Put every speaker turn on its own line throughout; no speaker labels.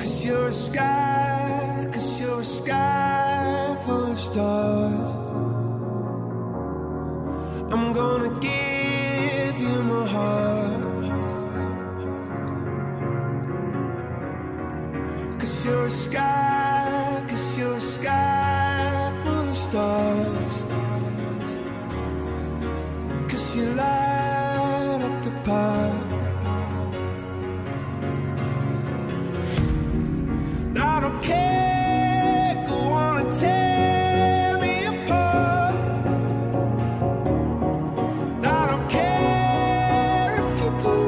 Cause you're a sky, cause you're a sky full of stars. I'm gonna give you my heart. Cause you're a sky, cause you're a sky full of stars. Cause you light up the path. I don't care who wanna tear me apart. I don't care if you do.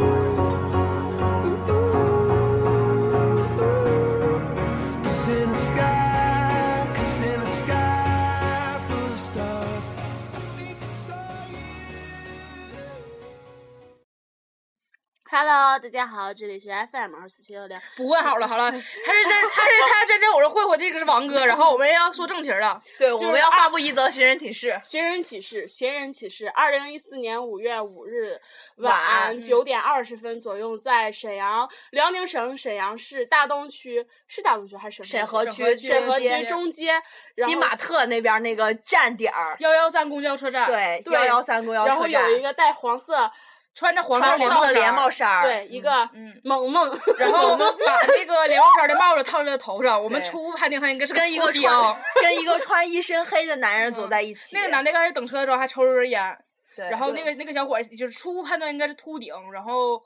'Cause in the sky, 'cause in the sky full of stars, I think I saw you.
Hello，大家好，这里是 FM 二四七六六。
不问好了，好了，他是真，他是他是真真，我说会会这个是王哥，然后我们要说正题儿了，啊对，我们要发布一则寻人启事，
寻人启事，寻人启事。二零一四年五月五日
晚
晚
嗯
九点二十分左右，在沈阳，辽宁省沈阳市大东区，是大东区还是沈
沈河
沈
区
河
区？
区
沈河
中
区
街
中街，然
新
后
玛特那边那个站点儿，
幺幺三公交车站，
对，
对
幺幺三公交
然后
车站
有，一个带黄色，
穿着黄色
穿黄色
帽
的连帽
衫
衫儿，
对，一个
嗯
萌萌，
然后把那个连帽衫的帽子套在头上，我们
对
初步判定他应该是
跟一个
秃雕
穿跟一个穿一身黑的男人走在一起，
那个男的刚开始等车的时候还抽了根烟，
对，
然后那个那个小伙儿就是初步判断应该是秃顶，然后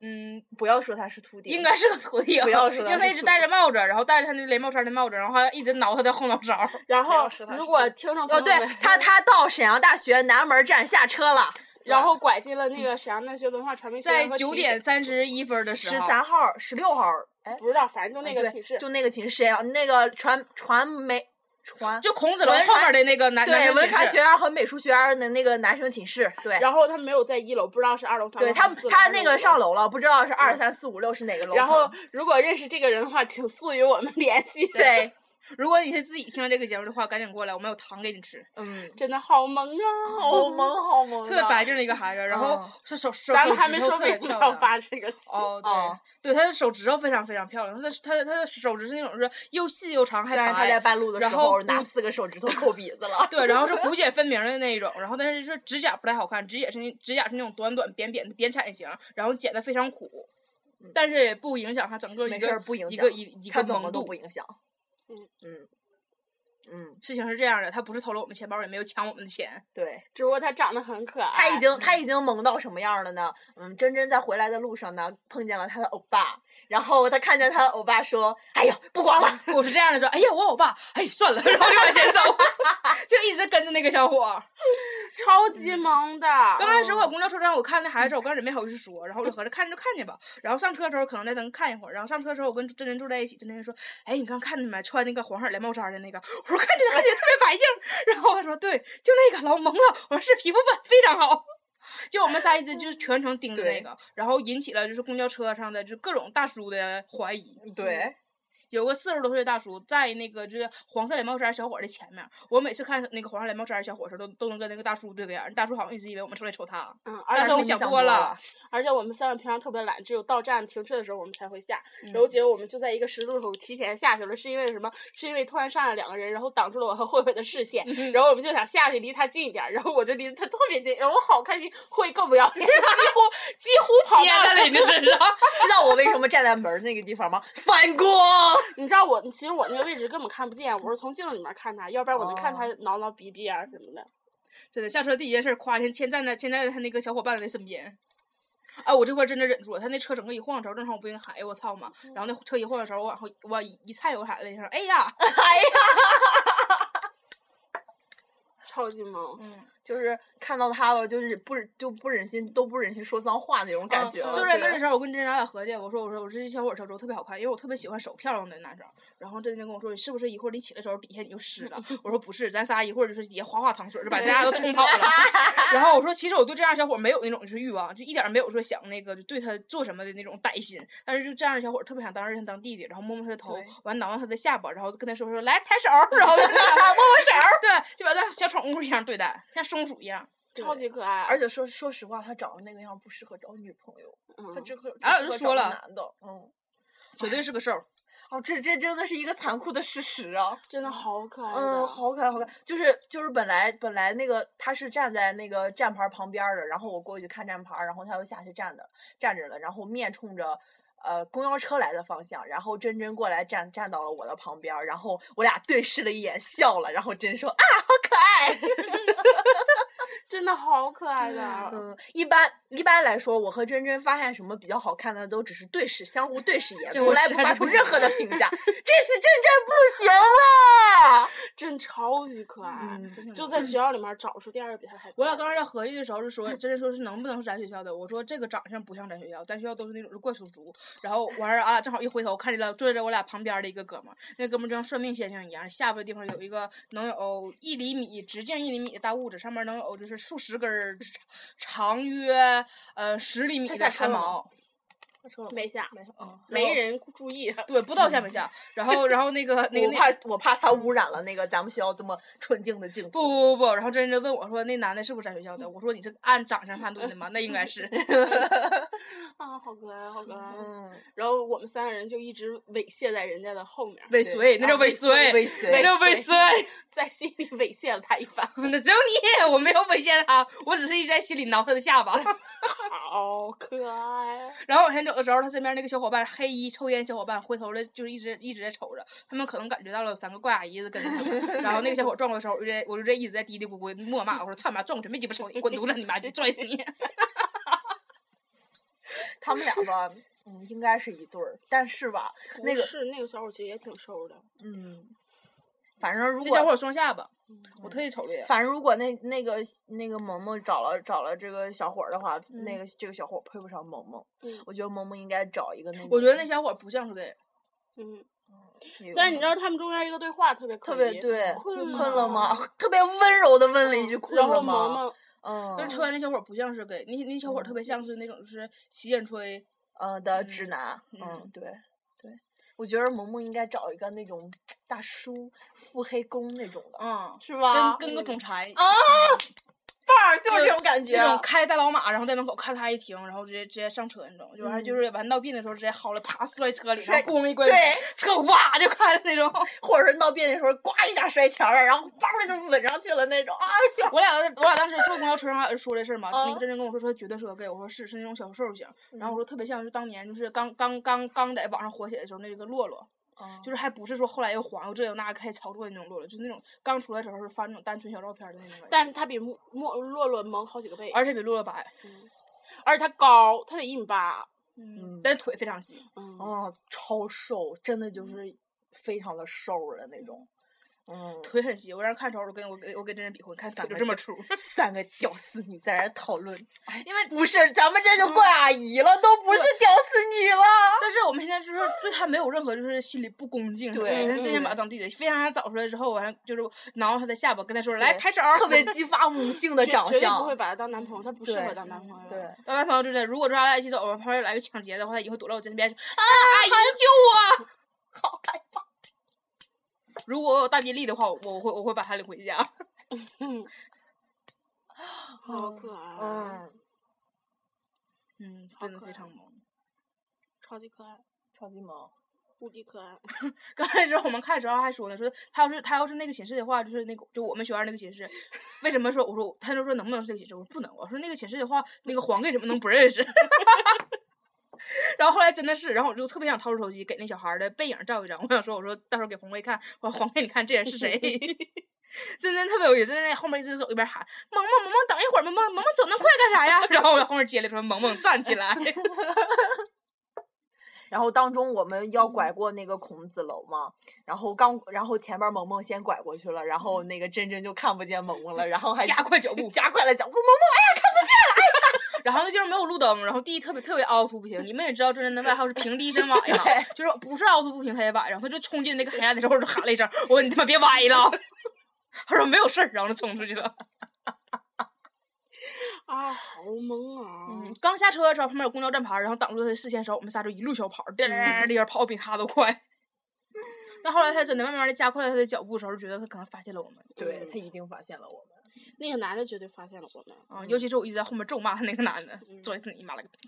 嗯，
不要说他是秃顶，
应该是个秃顶，
不要说
因
他
为他
是
一直
秃
戴着帽子，然后戴着他那连帽衫的帽子，然后还一直挠他的后脑勺儿。
然后
有实话
如
实
果听众朋
哦，
友
对
们
他他到沈阳大学南门站下车了，
然后拐进了那个沈阳大学文化传媒学
在
院和体育
九点三十一分的时
十
候，
三号、十六号，哎，
不知道，反正就那个
对
寝室，
就那个寝室，沈阳那个传传媒传。
就孔子楼后面的那个男男
对
生
文
寝
传
室
学院和美术学院的那个男生寝室，对，
然后他没有在一楼，不知道是二楼、三楼。
对他
还是四楼
他那个上。
还是五
楼了，不知道是二三四五六是哪个楼层。
然后，如果认识这个人的话，请速与我们联系。，
对，
如果你是自己听了这个节目的话，赶紧过来，我们有糖给你吃。
嗯，
真的好萌啊，
好萌 好萌
特别白净的一个孩子，然后
嗯
手手手
咱
手
们还
指
没
头
说
特别
为什么
漂
要
亮。
发这个气。
哦，对，
哦
对，他的手指头非常非常漂亮，他的他的他的手指是那种是又细又长，还
虽然他在
白。
半路的时
哎然后
候拿
估。
四个手指头抠鼻子了
对，然后是骨节分明的那一种，然后但是是指甲不太好看，指甲是那指甲是那种短短扁扁的扁铲型，然后剪的非常苦，但是也不影响他整个
没
一
事
个
儿不影
一
响
个一一
他
个
怎么
萌
都
度
不。影响。
嗯
嗯嗯，
事情是这样的，他不是偷了我们钱包，也没有抢我们的钱，
对，
只不过他长得很可
哎
爱。
他已
嗯
经他已经萌到什么样了呢？嗯，珍珍在回来的路上呢，碰见了他的欧巴，然后他看见他的欧巴说：“哎呀，不 光了。
我是这样的说，哎呀，我欧巴，哎算了，然后就往前走， 就一直跟着那个小伙儿。
超
嗯
级萌的。
刚开始我公交车站，我看那孩子的时候，我刚才没好意思说，然后我就合着看着就看见吧。然后上车的时候，可能在那看一会儿。然后上车的时候，我跟真真坐在一起，真真说：“哎，你刚看见没？穿那个黄色连帽衫的那个。”我说：“看见了，看见了，特别白净儿。”然后他说：“对，就那个老萌了。”我说：“是，皮肤粉非常好。”就我们仨一直就是全程盯着那个，然后引起了就是公交车上的就各种大叔的怀疑。”
对，
嗯有个四十多岁的大叔在那个就是黄色连帽衫小伙儿的前面，我每次看那个黄色连帽衫小伙儿的时候，都都能跟那个大叔对个眼儿，大叔好像一直以为我们是来瞅他，
嗯，
大
而且
叔
我们
你想
多
多了，
而且我们三个平常特别懒，只有到站停车的时候我们才会下。
嗯
然后结果我们就在一个十字路口提前下去了，是因为什么？是因为突然上来两个人，然后挡住了我和慧慧的视线，
嗯
然后我们就想下去离他近一点儿，然后我就离他特别近，然后我好开心，慧更不要脸，几乎几乎跑
贴
到
在了你的身 上。
知道我为什么站在门儿那个地方吗？反光。
你知道我，其实我那个位置根本看不见，我是从镜子里面看他，要不然我能看他
哦
挠挠鼻鼻啊什么的。
真的下车第一件事，夸先先站在先站在他那个小伙伴的身边。哎，我这块儿真的忍住了，他那车整个一晃着，正常我不应该喊，哎呦我操嘛！
嗯
然后那车一晃的时候，我往后我往一一踩，我啥的一声，哎呀！
超级萌，
就是看到他了，就是不忍就不忍心都不忍心说脏话那种感觉了。
就
嗯
是
对
在那儿的时候，我跟真真俩合计，我说我说我说这小伙儿小时候特别好看，因为我特别喜欢手漂亮的男生。然后真真跟我说，你是不是一会儿你起的时候底下你就湿 了？我说不是，咱仨一会儿就是底下哗哗淌水，就把大家都冲 跑了。然后我说其实我对这样的小伙儿没有那种就是欲望，就一点儿没有说想那个就对他做什么的那种歹心。但是就这样的小伙儿特别想当儿子当弟弟，然后摸摸他的头
对，
完挠挠他的下巴，然后跟他说说来抬手儿，然后就握 握手，对，就把他当小宠物一样对待，像松鼠一样。
超级可爱。
而且说说实话，他长得那个样不适合找女朋友，
嗯
他只可
哎我
只
就
适合
说
找个
了
男的，嗯，
绝对是个瘦儿。
哦，这这真的是一个残酷的事实啊！
真的好可
哎
爱的
嗯，好可爱，好可爱。就是就是，本来本来那个他是站在那个站牌儿旁边儿的，然后我过去看站牌儿，然后他又下去站的站着了，然后面冲着。呃，公交车来的方向，然后真真过来站站到了我的旁边儿，然后我俩对视了一眼，笑了，然后真说啊，好可爱。
真的好可爱的。
嗯，一般一般来说，我和真真发现什么比较好看的，都只是对视，相互对视一眼，
这
从
我
来
实
不
在
发
是不
出
行
任何的评价。这次真真不行了。
真超级可爱，
嗯
真挺
就
萌
在学校里面找出第二个比他还可
我俩
爱
当时在合计的时候是说，真是说是能不能是咱学校的？我说这个长相不像咱学校，咱学校都是那种是怪叔叔。然后完事儿，俺啊俩正好一回头，看见了坐在我俩旁边儿的一个哥们儿，那哥们儿就像算命先生一样，下巴的地方有一个能有一厘米直径一厘米的大物质，上面能有就是数十根儿就是长长约呃十厘米
他
的
下车
汗
了吗
毛。
没下，
没事嗯，
没人注意。
对，不知道下没下。然后，然后那 个那个嗯那
我嗯怕我怕他污染了那个咱们学校这么纯净的净
不不
土。
不不，然后真人就问我说：“那男的是不是咱学校的？”我说：“你是按长相判断的吗？那应该 是。
啊，好可爱，好可爱。
嗯，
然后我们三个人就一直尾泻在人家的后面，
尾随，那叫尾随，
尾
那
随。
叫尾随。
在心里尾泻了他一番，
那只有你，我没有猥亵他，我只是一直在心里挠他的下巴。
好可爱。
然后往前走的时候，他身边那个小伙伴，黑衣抽烟小伙伴，回头了就是一直一直在瞅着。他们可能感觉到了有三个怪阿姨在跟着他们。 然后那个小伙转过来的时候，我就在我就在一直在嘀嘀咕咕默骂，我说：“操你妈，撞我真没鸡巴瞅你，滚犊子，你妈逼，拽死 你！”
他们俩吧，嗯，应该是一对儿，但是吧，那个
是那个小伙其实也挺瘦的，
嗯，反正如
那小伙
果
儿双下巴，我特意瞅了一眼。
嗯反正如果那那个那个萌萌找了找了这个小伙儿的话，那
嗯
个这个小伙儿配不上萌萌
嗯。
我觉得萌萌应该找一个那个。
我觉得那小伙儿不像是 gay，
嗯。
那
但是你
种
知道他们中间一个对话特别
特
特
别对
困
困了吗？？ 特别温柔的问了一句困
然
了
后萌
吗？
萌
嗯
但是抽烟那小伙儿不像是 gay，那那小伙儿特别像是那种就是洗剪吹，
嗯的直男，
嗯
嗯，对对，我觉得萌萌应该找一个那种大叔腹黑攻那种的，
嗯，
是吧？
跟跟
啊
个
嗯
总裁
范啊儿就是是这种感觉，啊
那种开大宝马，然后在门口咔嚓一停，然后直接直接上车那种，就完事儿就是完到病的时候直接薅了，啪摔车里，然后咣一关门
嗯对，
车哇就开了那种。
或者是闹别扭的时候，呱一下摔墙上，然后叭儿就吻上去了那种，哎呀，
我俩我俩当时坐公交车上还说这事儿嘛，那
嗯
个真真跟我说说绝对是个 gay，我说是是那种小瘦型，然后
嗯
我说特别像是当年就是刚刚刚刚在网上火起来的时候那个洛洛，
哦
就是还不是说后来又黄又这又那开始炒作的那种洛洛，就是那种刚出来的时候是发那种单纯小照片的那种感觉。
但是他比莫莫洛洛萌好几个倍，而
而且比洛洛白，
而且他高，他得一米八。
嗯
但是腿非常细。
嗯，
哦，超瘦，真的就是非常的瘦的那种，嗯，
腿很细，我让人看的时候，我跟我跟我跟真人比划，看
三
腿就这
个
么
屌
粗。
三个屌丝女在那儿讨论，哎
因为
不是咱们这就怪阿姨了，都不是屌丝女了。
但是我们现在就是对他没有任何就是心里不恭敬，
对
咱真想把他当弟弟，非让他找出来之后，完了就是挠他的下巴，跟他说来抬手儿，
特别激发母性的
绝
长
绝对不会
相。
把他当男朋友，他不适
对
合当男朋友。
对，
当男朋友之类，如果说咱俩一起走，旁边来个抢劫的话，他以后躲到我身边，啊，阿姨救我！
好害怕。
如果我有大臂力的话，我我会我会把他领回家。
嗯，好可爱，，
嗯，
嗯，
好
真的
可
非
爱
常萌。
超级可爱，
超级萌。
无敌可爱。
刚开始我们看的时候还说呢，说他要是他要是那个寝室的话，就是那个就我们学院那个寝室， 为什么说我说他就说能不能是这个寝室？我说不能，我说那个寝室的话，那个黄给怎么能不认识？ 然后后来真的是，然后我就特别想掏出手机给那小孩儿的背影照一张，我想说我说到时候给黄贵看，我说黄贵你看这人是谁？ 真真特别有意思，真的后面一直走一边喊萌萌萌萌等一会儿萌萌萌萌走那么快干啥呀？ 然后我在后面接了说萌萌站起 来，
然后当中我们要拐过那个孔子楼嘛，然后刚，然后前边萌萌先拐过去了，然后那个真真就看不见萌萌了，然后还
加快脚步，
嗯 加快了脚步，萌萌
然后那地方没有路灯，然后地特别特别凹凸不平。你们也知道，真人的外号是平地深崴嘛，就是不是凹凸不平他也崴。然后他就冲进那个黑暗的时候，我就喊了一声：“我说你他妈别崴了！” 他说没有事儿，然后就冲出去了。
啊，好萌啊！
嗯，刚下车的时候，旁边有公交站牌，然后挡住他的视线的时候，我们仨就一路小跑，颠颠颠颠跑比他都快。但后来他真的慢慢的加快了他的脚步的时候，就觉得他可能发现了我们
对
嗯
他一定发现了我们。
那个男的绝对发现了我们。
啊、尤其是我一直在后面咒骂他那个男的
嗯，
作死你 哎妈了个逼！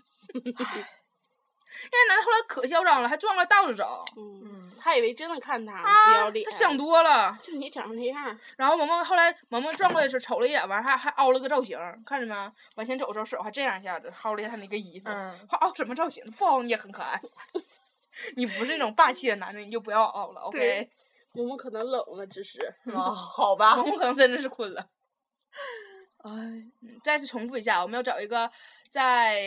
那男的后来可嚣张了，还转过来倒着走。
嗯，
嗯，
他以为真的看他，不要
啊，
脸。
他想多了。
就你长那样儿，
然后萌萌后来萌萌转过来的时候瞅了一眼，完还还凹了个造型，看见没？往前走的时候手还这样一下子薅了一下他那个衣服，
嗯，
他凹什么造型？不凹你也很可爱。 你不是那种霸气的男的，你就不要凹了，OK？
对我们可能冷了，只是。
哦，好吧
萌，萌可能真的是困了。
哎，
嗯再次重复一下，我们要找一个在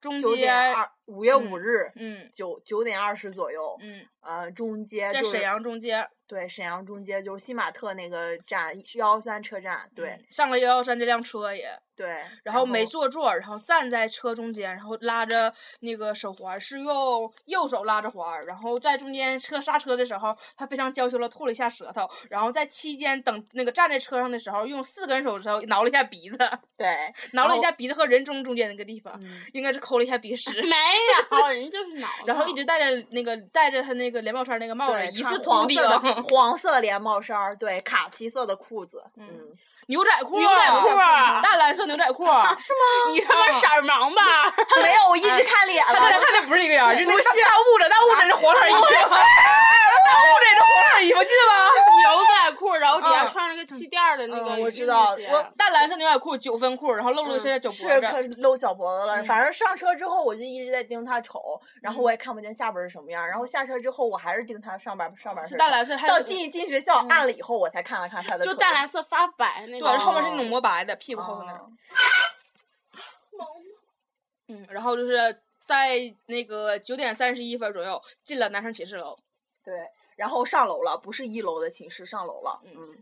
中
哎九
街
点，二，五月五日
嗯
九九点二十左右，
嗯，
呃，中街
在
就是
沈阳中街，
对，沈阳中街就是新玛特那个站幺幺三车站，对、
嗯上了幺幺三这辆车也，
对，
然后没坐座儿，然后站在车中间，然后拉着那个手环儿，是用右手拉着环儿，然后在中间车刹车的时候，他非常娇羞的吐了一下舌头，然后在期间等那个站在车上的时候，用四根手指头挠了一下鼻子，
对，
挠了一
后
下鼻子和人中中间那个地方，
嗯
应该是抠了一下鼻屎
没有，人就是脑子。
然后一直戴着那个戴着他那个连帽衫儿那个帽子
对，，
疑
穿
似秃
黄
顶
色，的黄色连帽衫儿，对，卡其色的裤子，嗯，
牛仔裤，
牛仔裤儿
大蓝色牛仔裤，是吗？你
你他 妈色儿盲吧？
没有，我一直看脸
哎 他俩
了，
看的不是一个样儿，就那
不
个
是
大雾着，大雾着是黄色儿衣服，大雾着是黄色儿衣服，记得
牛仔裤，然后底下
嗯
穿了个气垫儿的那个运动啊鞋、
嗯我知道
吧？大蓝色牛仔裤，九分裤，然后露了现
嗯
在脚脖
是可
子，
露小脖子
嗯
了。反正上车之后，我就一直在盯他瞅，然后我也看不见下边儿是什么样儿。然后下车之后，我还是盯他上半上半
是
身。
淡蓝色，还有嗯
到进进学校暗了以后，我才看了看他的
就
腿。
淡蓝色发白那
对，
种。哦
然后后面是那种磨白的，屁股后头那儿
哦。
嗯，然后就是在那个九点三十一分左右进了男生寝室楼，
对，然后上楼了，不是一楼的寝室，上楼了。嗯，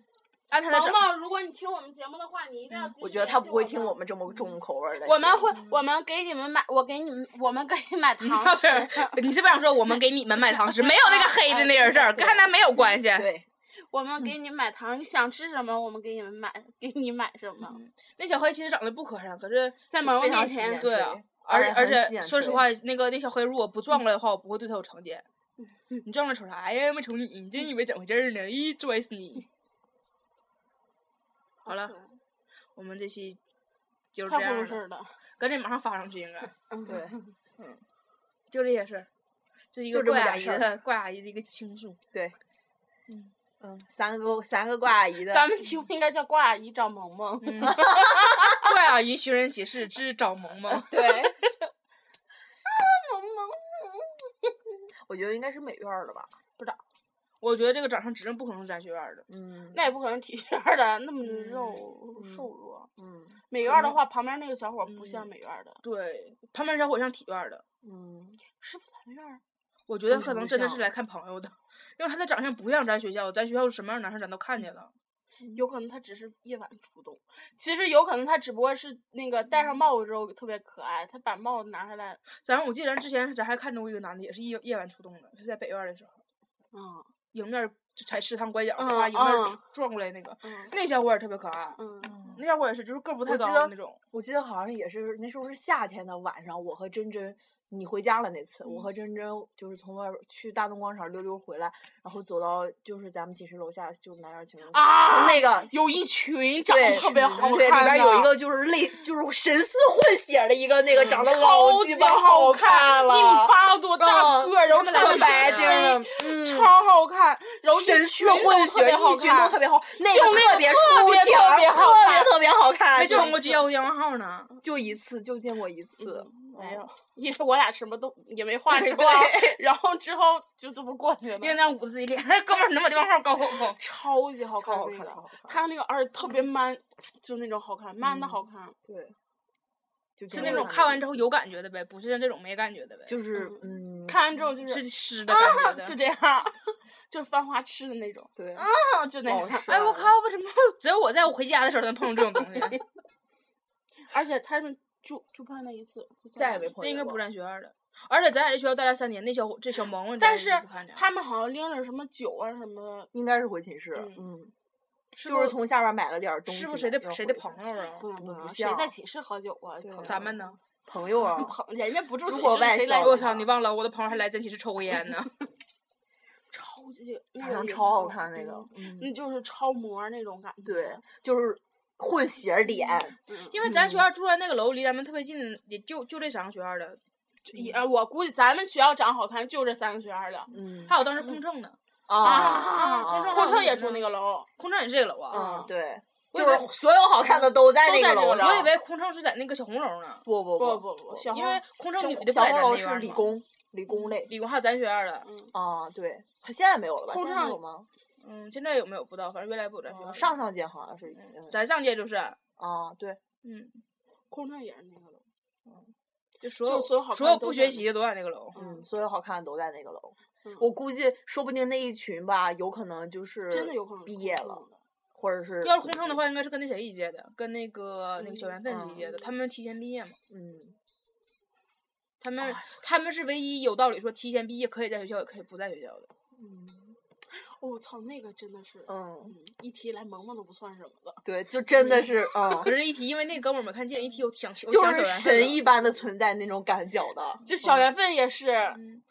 按他的
毛
整。
毛，如果你听我们节目的话，你一定要、
我觉得他不会听我。们这么重口味儿的节目。
我们会，我们给你们买，我给你们，我们给你买糖吃。
啊你是不是想说我们给你们买糖 吃？没有那个黑的那人
哎
事儿，跟他没有关系。
对
我们给你买糖，你想吃什么，我们给你们买，给你买什么。
那小黑其实长得不可爱，可是
在
是
毛毛
非常
面
喜
前
欢对啊
对，
而且
而
而
且很啊
且
显
说实
示
话，那个那小黑如果不撞
嗯
过来的话，我不会对他有成见。你撞了瞅啥呀？没瞅你，你
嗯
真以为怎么回事儿呢？一拽死 你！好了，我们这期就是
太
这
不
样
入事
了，
儿了。
赶紧马上发上去，应 该
对
就这些事儿，就一
就
个
这么
怪
点
阿姨
事儿
的怪阿姨的一个倾 诉。
对，
嗯
嗯，三个三个怪阿姨的，
咱们题目应该叫挂阿姨找萌萌。
嗯 怪阿姨寻人启事之找萌萌。
对。我觉得应该是美院儿的吧，
我觉得这个长相指定不可能是咱学院儿的。
嗯
那也不可能体院儿的那么
嗯
肉
嗯
瘦弱。
嗯
美院儿的话，旁边那个小伙儿不像
嗯
美院儿的，
对，旁边小伙像体院儿的。
嗯，
是不是咱们院儿？
我觉得
为什
可能
么
真的
像
啊
是来看朋友的，因为他的长相不像咱学校，咱学校是什么样的男生咱都看见了。
有可能他只是夜晚出动，其实有可能他只不过是那个戴上帽子之后特别可爱，他把帽子拿下来，
咱我记得咱之前咱还看着过一个男的，也是夜夜晚出动的，是在北院儿的时候，
嗯
迎面儿就踩食堂拐角，
嗯
啪、迎面儿
嗯
撞过来那个，
嗯
那小伙儿也特别可爱。
嗯，
那小伙儿也是，就是个儿不太
我记
高
得
的那种。
我记得好像也是那时候是夏天的晚上，我和珍珍你回家了那次，我和珍珍就是从外边去大东广场溜溜回来，然后走到就是咱们寝室楼下就是南院情人
啊
那个
有一群长
对
得特别好看的，
对里边有一个就是类就是神似混血儿的一个那个
嗯
长得老
超
鸡
级
巴
好
看了，
一米八多大
嗯
个儿，然后
特
穿的
白
深
净儿
V，
嗯
超好看，然后
神似混血，一群都
别
特别好，那个
就那个
别
特
出
别
挑
特
儿，特
别好看
特别好看，
没
就嗯
中过街友电话号呢，
嗯
就一次就见过一次，
没有，因为我俩什么都也没画
对
妆，然后之后就这么过去 了
因。为那捂自己脸， 哥们儿能把电话号告诉我。
超级好看
超好
那
看，
个
超，好看，
他那个而且特别 man，就那种好看，man 的好看。
对，就是
那种看完之后有感觉的呗，不是像这种没感觉的呗，
就是嗯，
看完之后就是啊
湿的感觉的。
就这样， 就是翻花痴的那种，
对，
嗯，就那
老
样。
实
哎，我靠，为什么 只有我在我回家的时候能碰上这种东
啊
西？
而且他们就就碰那一次，就
再也没碰
那
见
应该
过
不是咱学院的。而且咱俩在学校待了三年，那小伙这小萌萌，
但是
看着
他们好像拎着什么酒啊什么的，
应该是回寝室，
嗯
嗯，
是
就是从下边买了点儿东西
是
嘛，
不是谁的
要
谁
回
的
去
朋友啊？
不能
不
能，
不
谁
像
在寝室喝酒啊？
对
朋
啊
咱们呢？
朋友啊，
朋人家不住
如
寝
果
室，
外
谁
校
来
的
我
寝
话
室？
操，你忘了我的朋友还来咱寝室抽过烟呢。
超级
反
那
正
个
超好看那个，，嗯，
嗯，就是超模那种感觉。
对，就是混血儿脸，
嗯，
因为咱学校住在那个楼离咱们特别近，也就就这三个学校的，
也呃我估计咱们学校长好看就这三个学院了。
嗯
还有当时空乘的，
啊，
空乘
空乘也住那个楼，
空乘也是这个楼啊。
嗯，对，
我以
就
为
是所有好看的都在那
都在这个
楼
楼
上。
我以为空乘是在那个小红楼呢，
不不
不不不，小
因
红
为空乘女的不
小
在
红
咱那
楼
边
是
儿
理
吗，
工嗯理工类
理工还有咱学院的。
啊，对，现在没有了吧？
空呃
现在还
乘
有吗？
嗯，现在有没有不知道，反正原来不有咱学
嗯
院。
上上届好像是嗯
咱上届就是，
啊，对，
嗯，
空乘也是那个楼。
就所
就
有
所有好看
所有
的都
不
在
学
那
习的都在那个楼。
嗯，所有好看的都在那个楼
嗯。
我估计，说不定那一群吧，有可能就是
真的有可能是嗯
毕
空
业
乘
了，
的
或者是
要是空乘的，话，应该是跟那谁一届的，跟那个那个
嗯
小缘分是一
嗯
届的，他们提前毕业嘛。
嗯，
他们他们是唯一有道理说提前毕业可以在学校，也可以不在学校的。
哦我操，那个真的是，
嗯，
嗯，一提来萌萌都不算什么了。
对，就真的是，嗯
可，是，一提因为那哥们儿没看见，一提我想起，我
就
想
是
小缘分了
神一般的存在那种感觉的。嗯
就小缘分也是，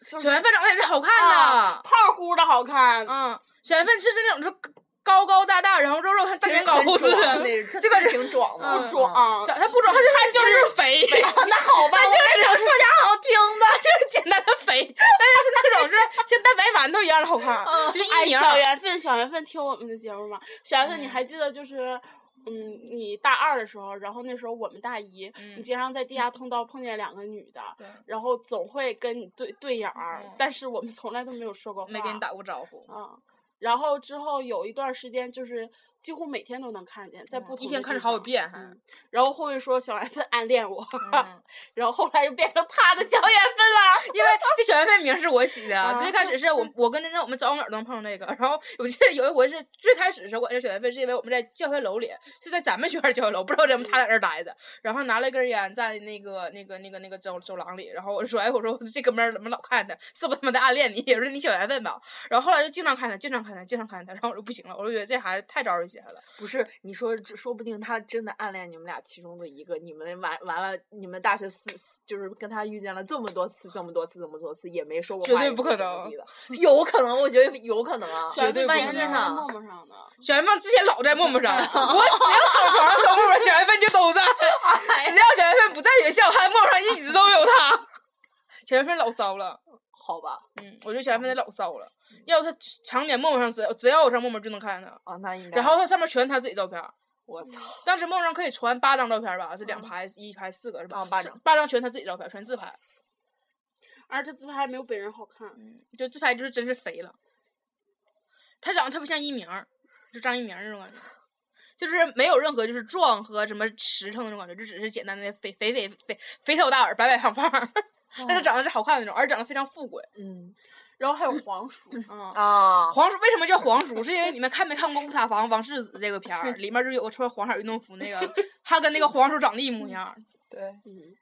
小缘分长得也是好看
啊胖乎的好看
的，，嗯，小缘分是那种是高高大大，然后肉肉像大年糕似的，
的，这个挺壮
嗯
不
的，
壮，
长他不壮，他就是
就是肥，
那好吧，
就是想说点好听的， 就是简单的肥，但是是那种是像蛋白馒头一样的好看， 就是
哎，
一拧儿。
小缘分，小缘分听我们的节目吗？小缘分，你还记得就是？嗯，你大二的时候，然后那时候我们大一，
嗯
你经常在地下通道碰见两个女的，
对
然后总会跟你对对眼儿，
嗯
但是我们从来都没有说过话，
没跟你打过招呼，
啊。然后之后有一段时间，就是几乎每天都能看见，在不同
嗯一天
的
看着
地
好几
方
遍还
嗯然后后面说小缘分暗恋我，
嗯
然后后来又变成他的小缘分了。
因为这小缘分名是我起的，
啊
最开始是我我跟珍珍我们早晚点都能碰上这个，然后我记得有一回是最开始的时候，我跟小缘分是因为我们在教学楼里，是在咱们学院教学楼，不知道怎么他在那儿待的，然后拿了一根烟在那个那个那个那个走走廊里，然后我就说哎我说这哥们儿怎么老看他，是不是他妈在暗恋你？ 我说你小缘分吧，然后后来就经常看他，经常看他，经常看他，然后我就不行了，我就觉得这孩子太招人嫌了，
不是你说，这说不定他真的暗恋你们俩其中的一个，你们完完了，你们大学四四就是跟他遇见了这么多次，这么多次，这么多次，也没说过
绝
话
对
也
不
没
可
怎么
能
地的，有可能，我觉得有可能啊，
小缘分
对不
万
原
一
来是陌
呢？
陌上的，
小缘分之前老在陌陌上， 我只要躺床上小陌陌，小缘分就都在。只要小缘分不在学校，他陌陌上一直都有他。 小缘分老骚了，
好吧，
嗯，我觉得小缘分得老骚了。要他常年陌陌上，只要只要我上陌陌就能看见他。
啊，那应该。
然后他上面全是他自己照片儿，
我操，
当时陌陌上可以传八张照片儿吧，是两排、一排四个是吧？
啊八张
是嗯哦八张全是他自己照片儿，全自拍，
而这自拍还没有本人好看。
就自拍就是真是肥了。他长得特别像一鸣儿，就张一鸣儿那种感觉，就是没有任何就是壮和什么实诚那种感觉，就只是简单的肥肥肥肥肥头大耳、白白胖胖儿。但是长得是好看的那种，而且长得非常富贵。
嗯
然后还有黄鼠，
嗯，
啊，
黄叔为什么叫黄叔？是因为你们看没看过《乌塔房王世子》这个片儿？里面就有个穿黄色运动服那个，他跟那个黄叔长得一模一样。
对，
嗯，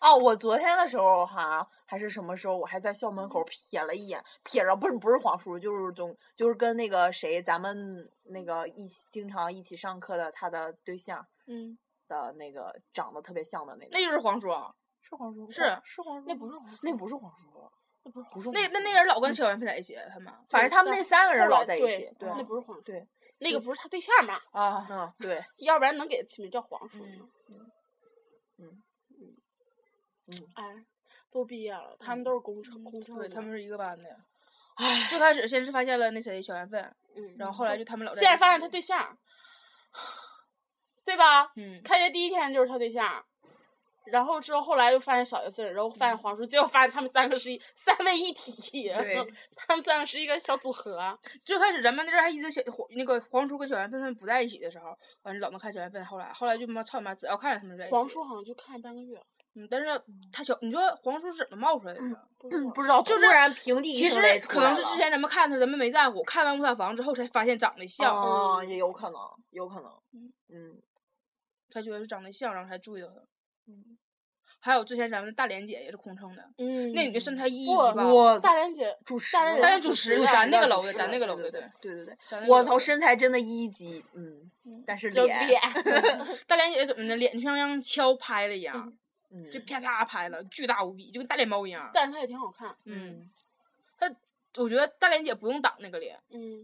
哦，我昨天的时候哈，还是什么时候，我还在校门口瞥了一眼，瞥着不是不是黄叔，就是总就是跟那个谁，咱们那个一起经常一起上课的他的对象
嗯，
的那个长得特别像的那个，
那就是黄叔啊。
是黄叔吗，
是
是黄叔，
那不是黄鼠，
那不是黄叔，那不是不是
那
黄
那
叔
那，人老跟小圆配在一起，他们
反正他们那三个人老在一起，
对，
对
那不是黄鼠，
对，
那个不是他对象嘛，
啊，
嗯对，
要不然能给他起名叫黄鼠
嗯
吗？
嗯
嗯
嗯
哎，都毕业了，他们都是工程工程的，
嗯对，他们是一个班的。唉，最开始先是发现了那谁小缘分，
嗯，
然后后来就他们老在
现在
一
发现
起
他对象， 对吧？
嗯，
开学第一天就是他对象。然后之后，后来又发现小月份，然后
嗯
发现黄叔，结果发现他们三个是一三位一体，
对
他们三个是一个小组合。
最开始咱们那阵儿还一直小黄那个黄叔跟小缘分他们不在一起的时候，反正老能看小缘分，后来后来就他妈操你妈，只要看见他们在一起。
黄叔好像就看了半个月，
嗯，但是他小，你说黄叔是怎么冒出来的？
不知
嗯
道
不知道，
就是
突然平地
其
一
实
声雷出
可能
来
是
了
之前咱们看他，咱们没在乎，看完《木塔房》之后才发现长得像，
哦
啊，也有可能，有可能，嗯。
才觉得是长得像，然后才注意到他。还有之前咱们的大连姐也是空乘的，
嗯，
那女的身材一级
我
吧，
我
大连姐
主持
大连
人，
大
连主持人咱那个楼的咱那个楼的
对对对对
咱那
对。
个
我
楼
操，
的
身材真的一级，嗯，但是
就
脸，
脸，
大连姐怎么的，脸就像让敲拍了一样，
嗯
就啪嚓拍了，巨大无比，就跟大脸猫一 样。
但她也挺好看。
嗯，她我觉得大连姐不用挡那个脸，
嗯，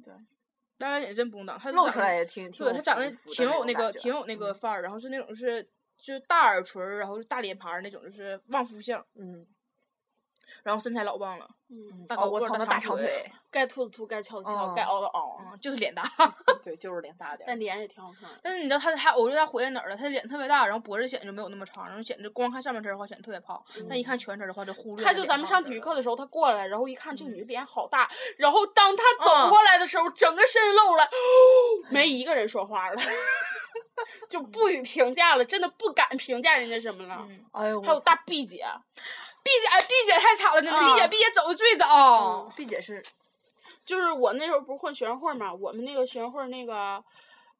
大连姐真不用挡，她是
露
长
出
得
来也挺挺
对，
有
她长得
皮肤的
挺有那个
那种感觉嗯
挺有那个范儿，然后是那种是就是大耳垂儿，然后是大脸盘儿那种，就是旺夫相。
嗯，
然后身材老棒了，
嗯，
大
哦
高
我
个儿
操，那
大
大长
腿，
腿，
该凸的凸，该翘的翘，该
嗯
凹的凹，
嗯，就是脸大。
对，就是脸大点儿。
但脸也挺好看的。
但是你知道他他，我觉得他毁在哪儿了？他脸特别大，然后脖子显得就没有那么长，然后显得光看上半身的话显得特别胖，
嗯
但一看全身的话就忽略。
他就咱们上体育课，的时候，他过来，然后一看这个女的脸好大，然后当他走
嗯
过来的时候，整个身露出来，没一个人说话了， 就不予评价了，真的不敢评价人家什么了。
嗯，
哎呦，
还有大 B 姐，
毕姐哎，毕姐太惨
嗯
了，真的，
啊
毕姐毕姐走的最早
我，毕姐是
就是我那时候不是混学生会嘛，我们那个学生会那个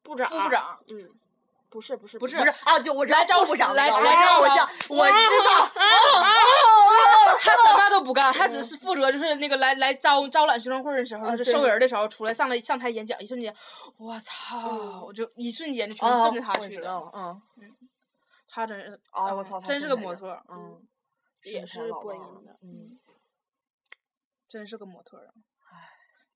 部长，
啊
副部，长
嗯，不是不是
不是
不是啊？就我知道
来招
副部长那
来
个，
来
招
招
我知
招
道，我知
啊
道，
哦他什么都不干，他只是负责就是那个来来招招揽学生会的时候，
嗯啊
就
对
收人的时候出来上来上台演讲，一瞬间，我操，我就一瞬间就全
嗯
嗯
啊
奔着他
我
去
知
了。
道了，嗯，
他真是
啊，我操，她
真是个
身材
模
真，
特儿，
嗯，
也
身材
是
老
播
棒
音
了
的，
嗯。
真是个模特儿啊。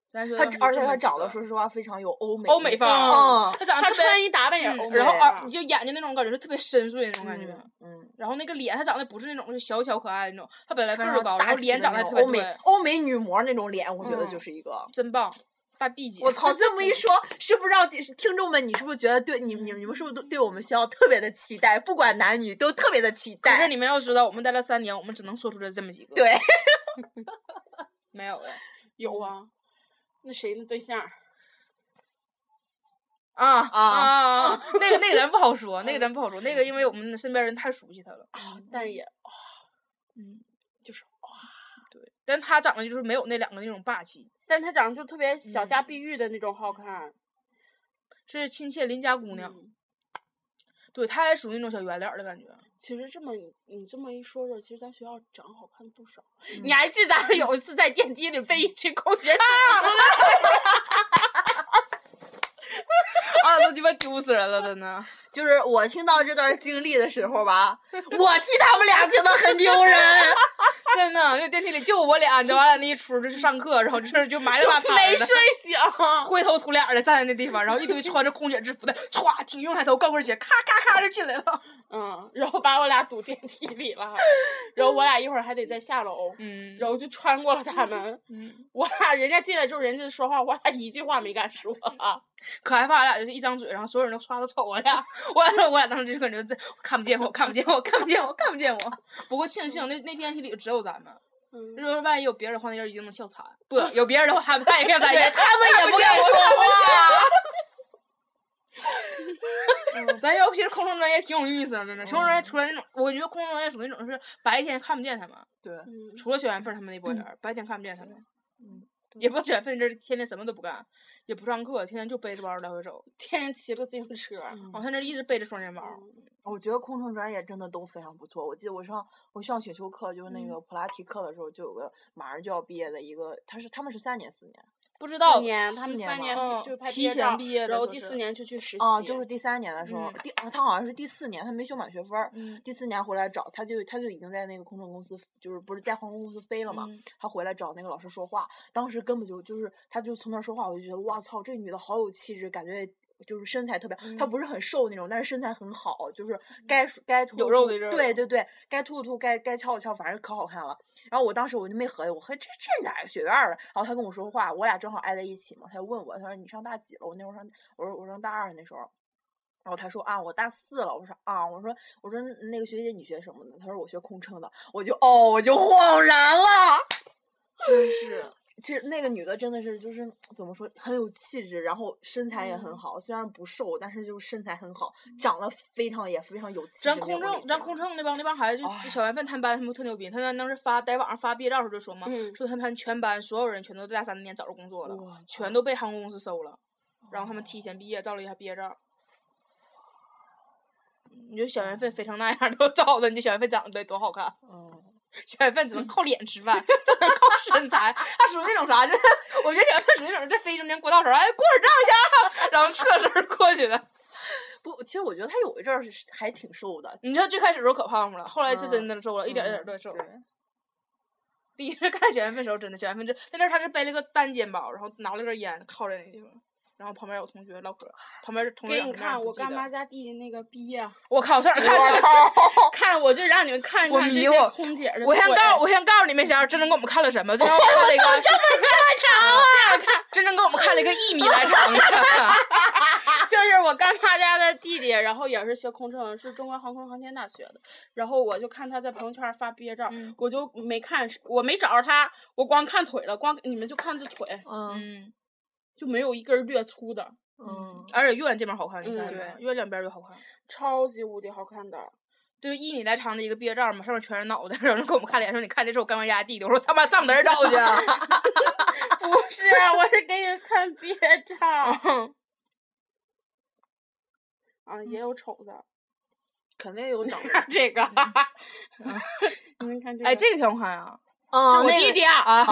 咱说
他
要是
而
这
且
么
他
几
长
个
得说实话非常有欧美
欧美范儿啊
嗯
他长得
他
特别
穿衣打扮也哦是
嗯
欧美
然后耳
美
范儿
就眼睛那种感觉是特别深邃那种感觉。
嗯，
然后那个脸，他长得不是那种就小巧可爱那种，他本来
非
个儿
常
高，
大
然后
气
脸
的
长得
那
还特
种
别
欧美
对，
欧美女模那种脸，我觉得
嗯
就是一个。
真棒，大 B 姐。
我操！这么一说，是不是让听众们，你是不是觉得对你你你们是不是都对我们学校特别的期待？不管男女都特别的期
可是
待。
你们要知道，我们待了三年，我们只能说出来这么几个。
对，
没有了
有啊，那谁那对象儿？
啊啊
啊
啊！那个那个咱不好说，那个咱不好说，那个因为我们身边人太熟悉他了。
但是也
对，但他长得就是没有那两个那种霸气，
但是她长得就特别小
嗯
家碧玉的那种好看，
是亲切邻家姑娘。
嗯
对，她还属于那种小圆脸儿的感觉。
其实这么你这么一说说，其实咱学校长得好看不少。
嗯
你还记得咱们有一次在电梯里被一群空姐
啊，都鸡巴丢死人了，真的。
就是我听到这段经历的时 候吧，我替他们俩觉得很丢人。
真的，就电梯里就我俩，你知道，俺俩那一出就是上课，然后就是就埋汰把他
没睡醒？
灰头土脸的站在那地方，然后一堆穿着空姐制服的，歘，挺胸抬头，高跟鞋，咔咔咔就进来了。
嗯，然后把我俩堵电梯里了，然后我俩一会儿还得再下楼，
嗯
然后就穿过了他们。
嗯，
我俩人家进来之后，人家说话，我俩一句话没敢 说。
可害怕，俺俩就是一张嘴，然后所有人都刷着瞅我俩， 我俩我俩当时就感觉这看不见我，看不见我，看不见我，看不见我。不过庆
嗯
幸那那电梯里只有咱们，
嗯
如果万一有别人的话，那人已经能笑惨。不，有别人的话， 他们他也跟咱一样，
他们也不敢说 话。
嗯咱要其实空中专业挺有意思的，真
嗯
的。空中专业除了那种，我觉得空中专业属于那种是白天看不见他们，
对，
嗯
除了小缘分他们那波人，白天看不见他们。
嗯，
也不知道小缘分这天天什么都不干，也不上课，天天就背着包来回走。
天天骑着自行车，啊
哦，他那一直背着双肩包。
嗯
我觉得空乘专业真的都非常不错。我记得我上我上选修课，就是那个普拉提课的时候，就有个马上就要毕业的一个，他是他们是三年四年
不知
四
道
年他
四
们
年
三
吧
年
嗯
就拍
提
毕业
前
照
毕业的
然后
说
第四
是
年就去实习，
啊、就是第三年的时候，
嗯
第啊他好像是第四年，他没修满学分儿，
嗯
第四年回来找他就他就已经在那个空乘公司，就是不是在航空公司飞了嘛，
嗯
他回来找那个老师说话，当时根本就就是他就从那儿说话，我就觉得哇操，这女的好有气质，感觉。就是身材特别，她
嗯
不是很瘦那种，但是身材很好，就是该该突
有
突
肉的肉
对对对，该突突该该翘翘，反正可好看了。然后我当时我就没合计，我合计这这哪个学院儿啊？然后他跟我说话，我俩正好挨在一起嘛，他就问我，他说你上大几了？我那会儿上，我说我上大二那时候。然后他说啊，我大四了。我说啊，我说我说那个学姐你学什么的？他说我学空乘的。我就哦，我就恍然了。
真是。
其实那个女的真的是就是怎么说很有气质，然后身材也很好，虽然不瘦，但是就是身材很好，长得非常也非常有气质。
咱空乘，咱空乘那帮那帮孩子就，就小缘分他们班他们特牛逼，他们当时发在网上发毕业照的时候就说嘛，
嗯
说他们班全班所有人全都在大三那年找着工作
哇
了，全都被航空公司收
哦
了，然后他们提前毕业照了一下毕业照。你说小缘
嗯
分非常那样都 照的，你这小缘分长得多好看？
嗯，
小缘分只能靠脸吃饭，不能靠身材。他属于那种啥，就是我觉得小缘分属于那种在非中间过道时候，哎，过会儿让一下，啊然后侧身过去的。
不，其实我觉得她有一阵儿是还挺瘦的，
你知道最开始的时候可胖了，后来就真的瘦了，一点儿一点儿
嗯
都瘦了
对。
第一次看小缘分的时候，真的小缘分这在那儿他是背了个单肩包，然后拿了根烟靠在那地方，然后旁边有同学唠嗑，旁边同学
给你
长什么样
看
不
我
记得哦
干妈家弟弟那个毕业啊，
我靠，这看见
操！
看我就让你们看一
我
看这
迷
些
糊
空姐的
我先
腿
告我先告诉你们，想想真真给我们看了什么？真真看了一个这么这么长啊！真真给我们看了一个一米来长的，
就是我干妈家的弟弟，然后也是学空乘，是中国航空航天大学的。然后我就看他在朋友圈发毕业照，
嗯
我就没看是，我没找着他，我光看腿了，光你们就看这腿，
嗯
嗯，
就没有一根儿略粗的，
嗯，
而且越往这边好看，你发现
嗯
没有？
对
越两边越好看。
超级无敌好看的。
就是一米来长的一个毕业照嘛，上面全是脑袋，然后给我们看脸，说你看这是我干妈家弟弟，我说他妈上哪儿找去啊？
不是，啊我是给你们看毕业照。 啊，也有丑的，
肯定有长得。
这个， 你们嗯看这个，
哎，这个挺好看啊！
嗯
我
那
弟
个
弟啊，
啊，这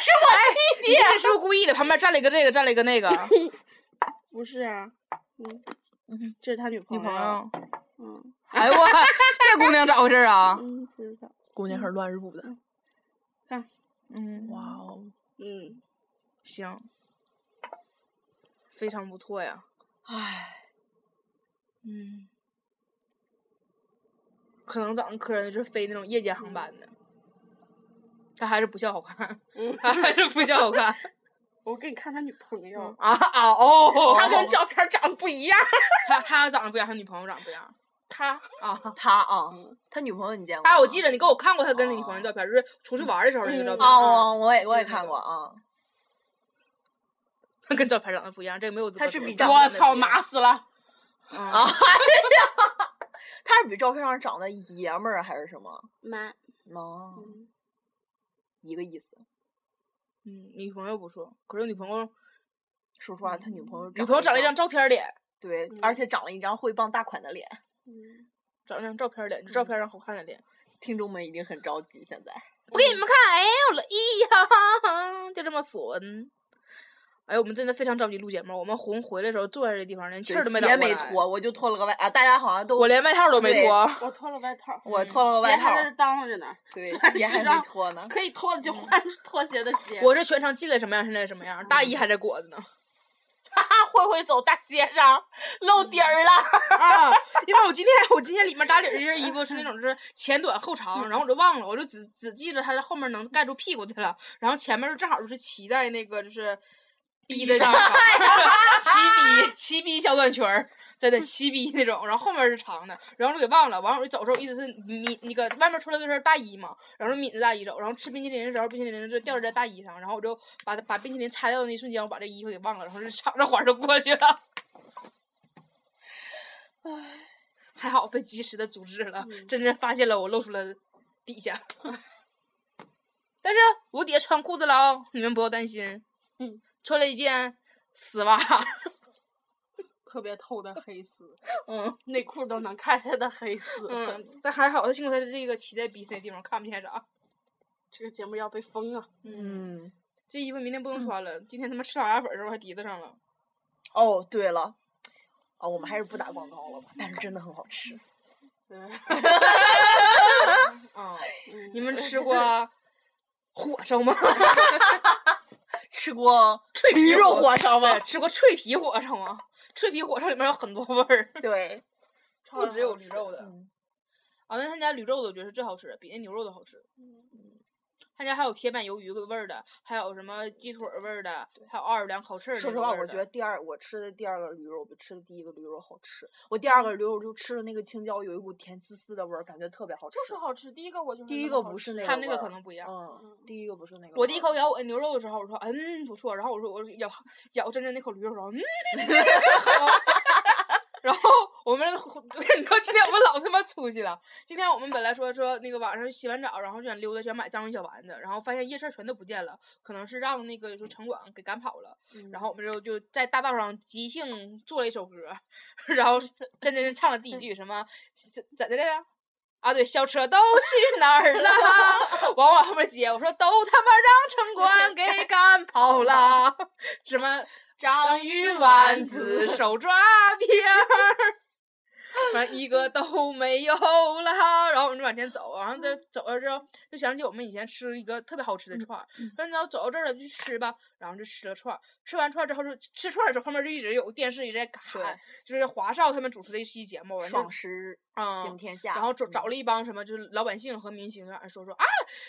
是我弟弟，你是不是故意的？旁边站了一个这个，站了一个那个
不是啊，嗯，这是他女朋
女
友，
朋友。
嗯
哎呦我，这姑娘咋回事儿啊？
嗯，不知道，
姑娘还是乱入的。
嗯，
哇哦，
嗯。
行，非常不错呀。
唉，
嗯，可能咱们客人就是飞那种夜间航班的，他还是不笑好看，
嗯，
他还是不笑好看
我给你看他女朋友，
啊啊哦！
他跟照片长得不一样。
他他长得不一样，他女朋友长得不一样
他
啊。
他啊，他女朋友你见过吗？
啊，我记得你给我看过他跟他女朋友的照片，就是出去玩的时候那个照
嗯
片。
啊，
啊，
我我也我也
记得那
看
个
过啊。
他嗯跟照片长得不一样，这个没有资格
他
说。
是比较
我操，麻死了！
啊
啊，哎呀，他是比照片上长得爷们儿还是什么？
妈，
哦，
嗯
一个意思。
嗯，女朋友不说，可是女朋友
说实话，他女朋友
嗯女朋友长了
了
一张照片脸，
对
嗯，
而且长了一张会傍大款的脸。
嗯
长了一张照片脸，就照片上好看的脸。
听众们一定很着急，现在
我给你们看，哎呦了，咦呀，就这么损。哎呦，我们真的非常着急录节目。我们红回来的时候坐在这地方，连气儿都没
鞋
打过
没
来，
脱，我就脱了个外啊，大家好像都
我连外嗯套都没
对
脱。
我脱了外套，
我脱了个
鞋
外套
还，在这当着呢，
对，
虽然
鞋
是
还没
让
脱呢。
可以脱了就换拖鞋的鞋。
我是全程进来什么样，现在什么样。大
嗯
衣还在裹着呢。
哈哈，慧慧啊走大街上露底儿了。
啊，因为我今天我今天里面打底儿这件衣服是那种就是前短后长，然后我就忘了，我就只只记着它的后面能盖住屁股的了，然后前面就正好就是骑在那个就是逼的上 头骑逼骑逼小短裙儿。真 的齐逼那种，然后后面是长的，然后就给忘了。完了我就走的时候一直是抿那个外面出来个身大衣嘛，然后抿着大衣走，然后吃冰淇淋的时候冰淇淋就掉在大衣上，然后我就把它把冰淇淋拆掉的那一瞬间，我把这衣服给忘了，然后就敞着环儿就过去了。还好被及时的阻止了，真正发现了我露出了底下。 但是我底下穿裤子了哦，你们不要担心。
嗯，
穿了一件丝袜。
特别透的黑丝，
嗯
内裤都能看见的黑丝。，
嗯，但还好，他幸亏他是这个骑在鼻那地方看不见啥。
这个节目要被封 啊！
嗯，
这衣服明天不用穿了，今天他妈吃老鸭粉的时候还提子上了。
哦，对了，哦，我们还是不打广告了吧？但是真的很好
嗯
吃。
啊、
嗯
你们 吃过火烧吗？
吃过
脆皮
驴肉
火
火烧吗
对？吃过脆皮火烧吗？脆皮火烧里面有很多味儿，
对，
超
不只有
好
驴
吃
肉的。
嗯
啊，那他家驴肉的我觉得是最好吃的，比那牛肉的好吃。
嗯
嗯他家还有铁板鱿鱼味儿的，还有什么鸡腿儿味儿的，还有奥尔良烤翅儿那
说实
种
话，
味儿
我
的
觉得第二我吃的第二个驴肉比吃的第一个驴肉好吃。我第二个驴肉就吃了那个青椒，有一股甜丝丝的味儿，感觉特别好吃。
就是好吃。第一个我就是
第一
那
个
么好
不是
吃
那个
他那
味
个
儿
可能不一样。
嗯，第一个不是那个味儿。
我第一口咬我牛肉的时候，我说嗯不错，然后我说我咬咬真真那口驴肉，然后嗯，然后我们 你知道今天我们老他妈出去了，今天我们本来说说那个晚上洗完澡，然后就想溜达，想买章鱼小丸子，然后发现夜市全都不见了，可能是让那个说城管给赶跑了。然后我们就就在大道上即兴做了一首歌， 然后是真真唱了第一句什么怎怎的来着？啊，对，校车都去哪儿了？ 往我后面接，我说都他妈让城管给赶跑了，什么章鱼丸子手抓饼儿， 反正一个都没有了。然后我们就往前走，然后在走着之后，就想起我们以前吃一个特别好吃的串儿，
嗯
说你要走到这儿了就去吃吧，然后就吃了串儿。吃完串儿之后就吃串儿的时候，旁边就一直有电视一直在
对
喊，就是华少他们主持的一期节目，完就
爽诗
嗯
行天下。
然后找找了一帮什么就是老百姓和明星啊，说说啊，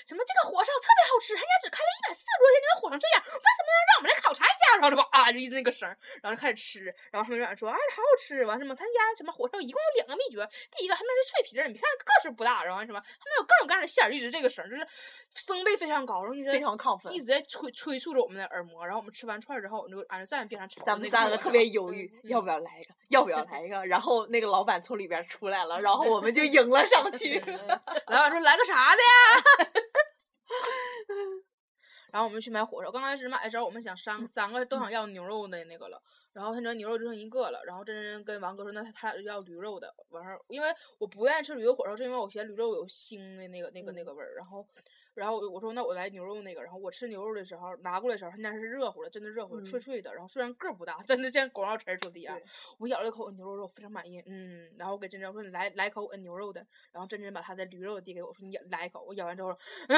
什么这个火烧特别好吃，人家只开了一百四十多天，这个火烧这样，为什么能让我们来考察一下？然后就把啊，就一直那个声儿，然后就开始吃，然后他们就想说啊，好好吃，完什么他们家什么火烧一共有两个秘诀，第一个他们是脆皮儿，你看个儿不大，然后什么他们有各种各样的馅儿，一直这个声儿就是声贝非常高，然后就觉得
非常亢奋
一直在催催促着我们的耳膜。然后我们吃完串儿之后，我们就俺就站在边上瞅着
咱们
那
三
火
个特
烧
别犹豫，
嗯
要不要来一个？要不要来一个？然后那个老板从里边出来了，然后我们就迎了上去。
老板说来个啥的呀？ 然后我们去买火烧，刚开始买的时候我们想三三个都想要牛肉的那个了，然后他说牛肉只剩一个了，然后真真跟王哥说那他他俩就要驴肉的，完事儿因为我不愿意吃驴肉火烧，是因为我嫌驴肉有腥的那个那个那个味儿，然后。然后我说那我来牛肉那个，然后我吃牛肉的时候拿过来的时候，它那是热乎的，真的热乎的，脆脆的。然后虽然个儿不大，真的像广告词儿说的一样
对。
我咬了一口牛肉肉，非常满意，嗯。然后我给珍珍说你来来一口我牛肉的，然后珍珍把她的驴肉递给我，说你咬来一口。我咬完之后，嗯，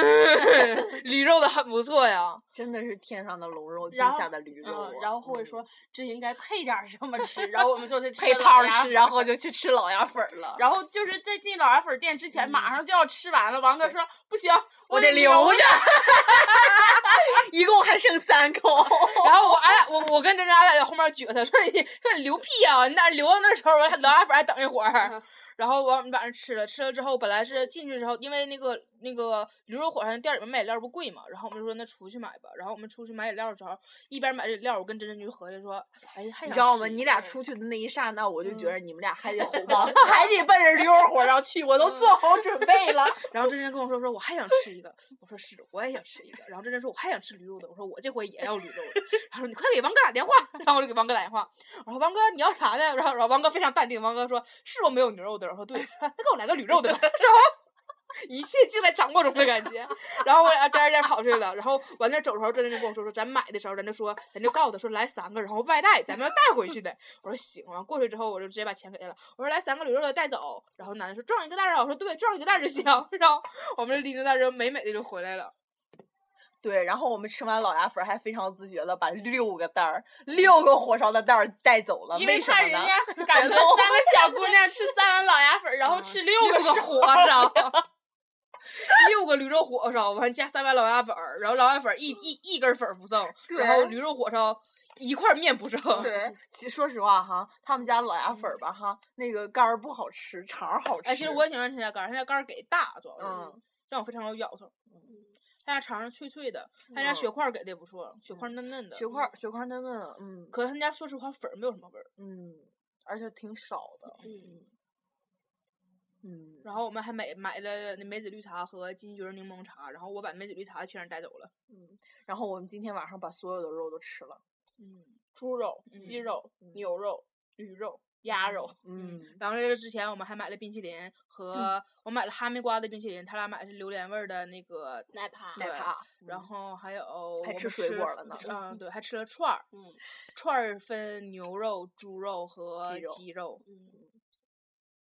驴肉的很不错 呀。
真的是天上的龙肉，地
然后
下的驴肉啊
嗯，。然后慧慧说这应该配点儿什么吃，然后我们就 去吃
配
了
套
老鸭
吃，然后就去吃老鸭粉儿了。
然后就是在进老鸭粉店之前，马上就要吃完了。王哥说：“不行，
我
嗯得
得留着， 一共还剩三口。
然后我俺俩我我跟珍珍俺俩在后面撅他，说你说你留屁啊，你那留到那时候，我还老鸭粉还等一会儿
嗯。
然后我们把那吃了，吃了之后，本来是进去之后，因为那个那个驴肉火烧店里面买饮料不贵嘛，然后我们就说那出去买吧。然后我们出去买饮料的时候，一边买饮料，我跟珍珍就合计说，哎呀，还
你
想
知道
吃
吗？
一
你俩
顿
出去的那一刹那，我就觉
嗯
得你们俩还得嗯红包，还得奔着驴肉火烧去，我都做好准备了。
然后珍珍跟我说说我还想吃一个，我说是，我也想吃一个。然后珍珍说我还想吃驴肉的，我说我这回也要驴肉的。他说你快给王哥打电话， 然后我就给王哥打电话，我说王哥你要啥呢？然后然后王哥非常淡定，王哥说是我没有牛肉的，我说对，那给我来个驴肉的吧， 然后。一切尽在掌握中的感觉，然后我俩颠儿颠儿跑出去了，然后完那儿走的时候，珍珍就跟我说说，咱买的时候咱就说，咱就告诉他说来三个，然后外带，咱们要带回去的。我说行，完过去之后我就直接把钱给他了，我说来三个驴肉的带走，然后男的说装一个袋儿啊，我说对，装一个袋儿就 行，然后我们拎着袋儿就美美的就回来了，
对，然后我们吃完老鸭粉儿，还非常自觉的把六个袋儿、六个火烧的袋儿带走了。
因为
啊什
怕
么
人
呢？
家 感觉三个小姑娘吃三碗老鸭粉儿，然
嗯
后吃六个
六个
是
火
啊
烧， 六个驴肉火烧，完加三碗老鸭粉儿，然后老鸭粉儿一一一根粉儿不剩，然后
对
驴肉火烧一块面不剩，
对，其实说实话哈，他们家老鸭粉儿吧哈，那个肝儿不好吃，肠儿好吃。
哎，其实我也挺喜欢吃家肝儿，他家肝儿给大，主要是、
嗯
让我非常有咬头。嗯他家肠儿脆脆的，他家
嗯
血块儿给的也不错，血块儿嫩嫩的。
血块儿血块儿嫩嫩的，嗯
可他们家说实话粉儿没有什么味儿。
嗯，而且挺少的，嗯，
然后我们还买买了那梅子绿茶和金桔儿柠檬茶，然后我把梅子绿茶的瓶儿带走了。
然后我们今天晚上把所有的肉都吃了，
猪肉、鸡肉、牛肉、驴肉、鸭肉。
嗯，
然后在这之前，我们还买了冰淇淋和我买了哈密瓜的冰淇淋，他俩买的是榴莲味儿的那个
奶趴
对
奶趴
然后还有
还
我
吃
们
水果了呢
嗯，对，还吃了串儿，
嗯
串儿分牛肉、猪肉和
鸡肉
鸡肉。
嗯，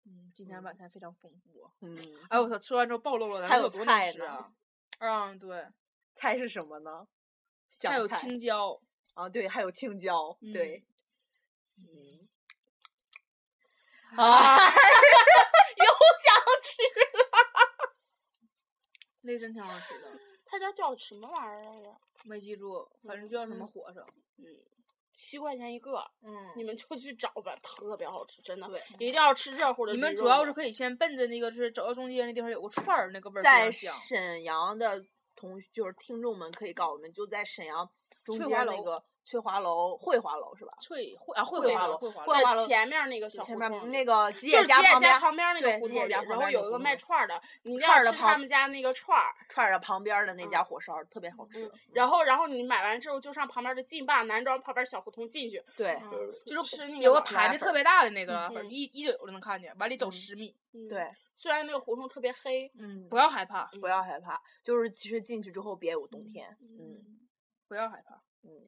嗯，今天晚餐非常丰富啊。
嗯，
哎，我操！吃完之后暴露了，咱
还
们
有
多
菜
难吃
呢
啊！嗯，对，
菜是什么呢？香
还有
菜
青椒，
啊，对，还有青椒，
嗯
对，嗯，啊，
那真挺好吃的，
他家叫什么玩意儿来着？
没记住，反正就叫什么火烧。
七块钱一个，
嗯
你们就去找吧，特别好吃，真的
对，
一定要吃热乎的
你
驴肉的。
们主要是可以先奔着那个，就是走到中间那地方有个串儿，那个味儿非
在
常香。
沈阳的同就是听众们可以告诉我们，就在沈阳中
翠
间
华
那
楼
个翠华楼、惠华楼是吧？
翠会啊，会
会
花
花
楼，
楼
会花
会花
楼。
花
在
楼
前面那个小
前
胡
面
同里
那个吉
就
野
是吉野
旁边
家旁边那个
对
胡
吉野
同里，
家旁
然后
边那
有
个
一个
胡
卖
同
串儿的，你一定
串
要
儿的
吃
旁
他们家那个串儿。
串儿的旁边的那家火烧特别好吃
嗯，，然后然后你买完之后就上旁边的劲霸男装旁边小胡同进去，
对
嗯
就是
吃那
有
个
个
老
牌
鸭
子
粉
特
儿
别大的那个了，
嗯
反正一一就有的能看见，完里走
嗯
十米，
嗯，
对，
虽然那个胡同特别黑，
嗯，
不要害怕，
不要害
嗯
怕，就是其实进去之后别有洞天，嗯，
不要害怕。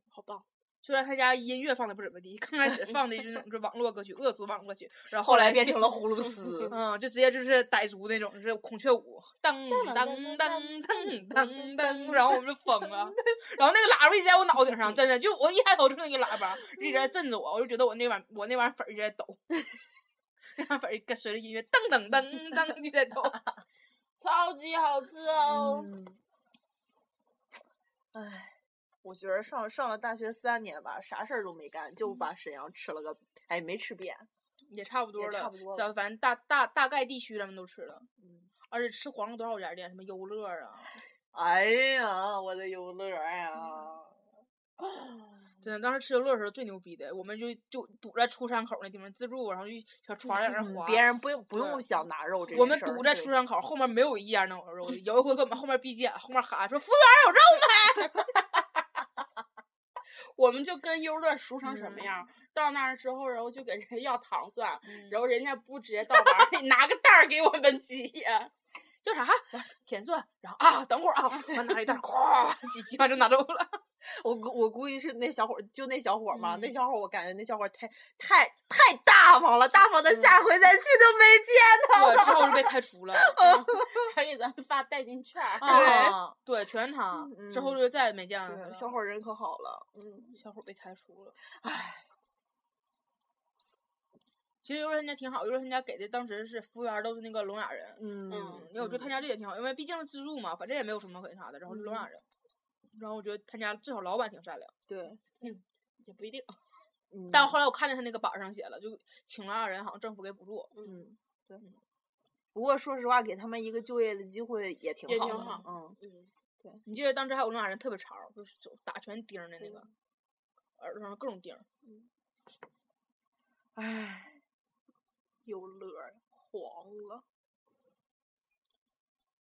好棒。
虽然他家音乐放的不怎么地，刚开始放的就是那种就网络歌曲，恶俗网络歌曲，然后
后来
来。
变成了葫芦丝
嗯，就直接就是傣族那种，就是孔雀舞，噔噔
当
噔
当
噔噔噔，然后我们就疯了，然后那个喇叭一直在我脑顶
嗯
上，真的，就我一抬头就那个喇叭一直在震着我，我就觉得我那玩我那玩意儿粉儿一直 在抖，那玩意儿粉儿跟随着音乐噔噔噔噔一直 在抖，
超级好吃哦！
嗯，唉，我觉得上上了大学三年吧，啥事儿都没干，就把沈阳吃了个，哎，没吃遍。
也差不多
也
了，
差不多
只要反正大大大概地区咱们都吃了，
嗯
而且吃黄了多少家店，什么优乐啊，
哎呀，我的游乐呀、
嗯
真的，当时吃优乐的时候最牛逼的，我们就就堵在出山口那地方自助，然后就小船儿在那儿
嗯
划，
别人不用不
对
用想拿肉这
我
件
们
事儿
堵在
对
出山口，后面没有一家能有肉的。有一回跟我们后面逼急眼，后面喊说：“服务员有肉
我们就跟优乐熟成什
嗯
么样儿，到那儿之后，然后就给人要糖蒜，然后人家不直接到碗 儿里拿个袋儿给我们挤呀，
叫啥？甜蒜。”然后啊，等会儿啊，我拿了一 袋儿，咵，几几完就拿走了。
我估我估计是那小伙儿，就那小伙儿嘛，那
嗯
小伙儿我感觉那小伙儿太太太大方了，大方的下回再去都没见到
我
了。
之后就被开除 了。嗯
还给咱们发代金券儿。
啊，对，全他
嗯
之后就再也没见着他
对
了。
小伙儿人可好了，嗯，
小伙被开除了。
唉，
其实优乐他家挺好，优乐他家给的当时是服务员儿都是那个聋哑人，
嗯
嗯
因为我觉得他家这也挺好，因为毕竟是自助嘛，反正也没有什么很啥的，然后是聋哑人。然后我觉得他家至少老板挺善良。
对，
也不一定，
嗯
但后来我看见他那个板上写了，就请聋哑人好像政府给补助。
嗯，对。不过说实话，给他们一个就业的机会也挺
也
好
挺
的
好
嗯，
嗯，
你记得当时还有聋哑人特别潮，就是走打全钉儿的那个，耳朵上各种钉儿。
唉，
优乐儿黄了，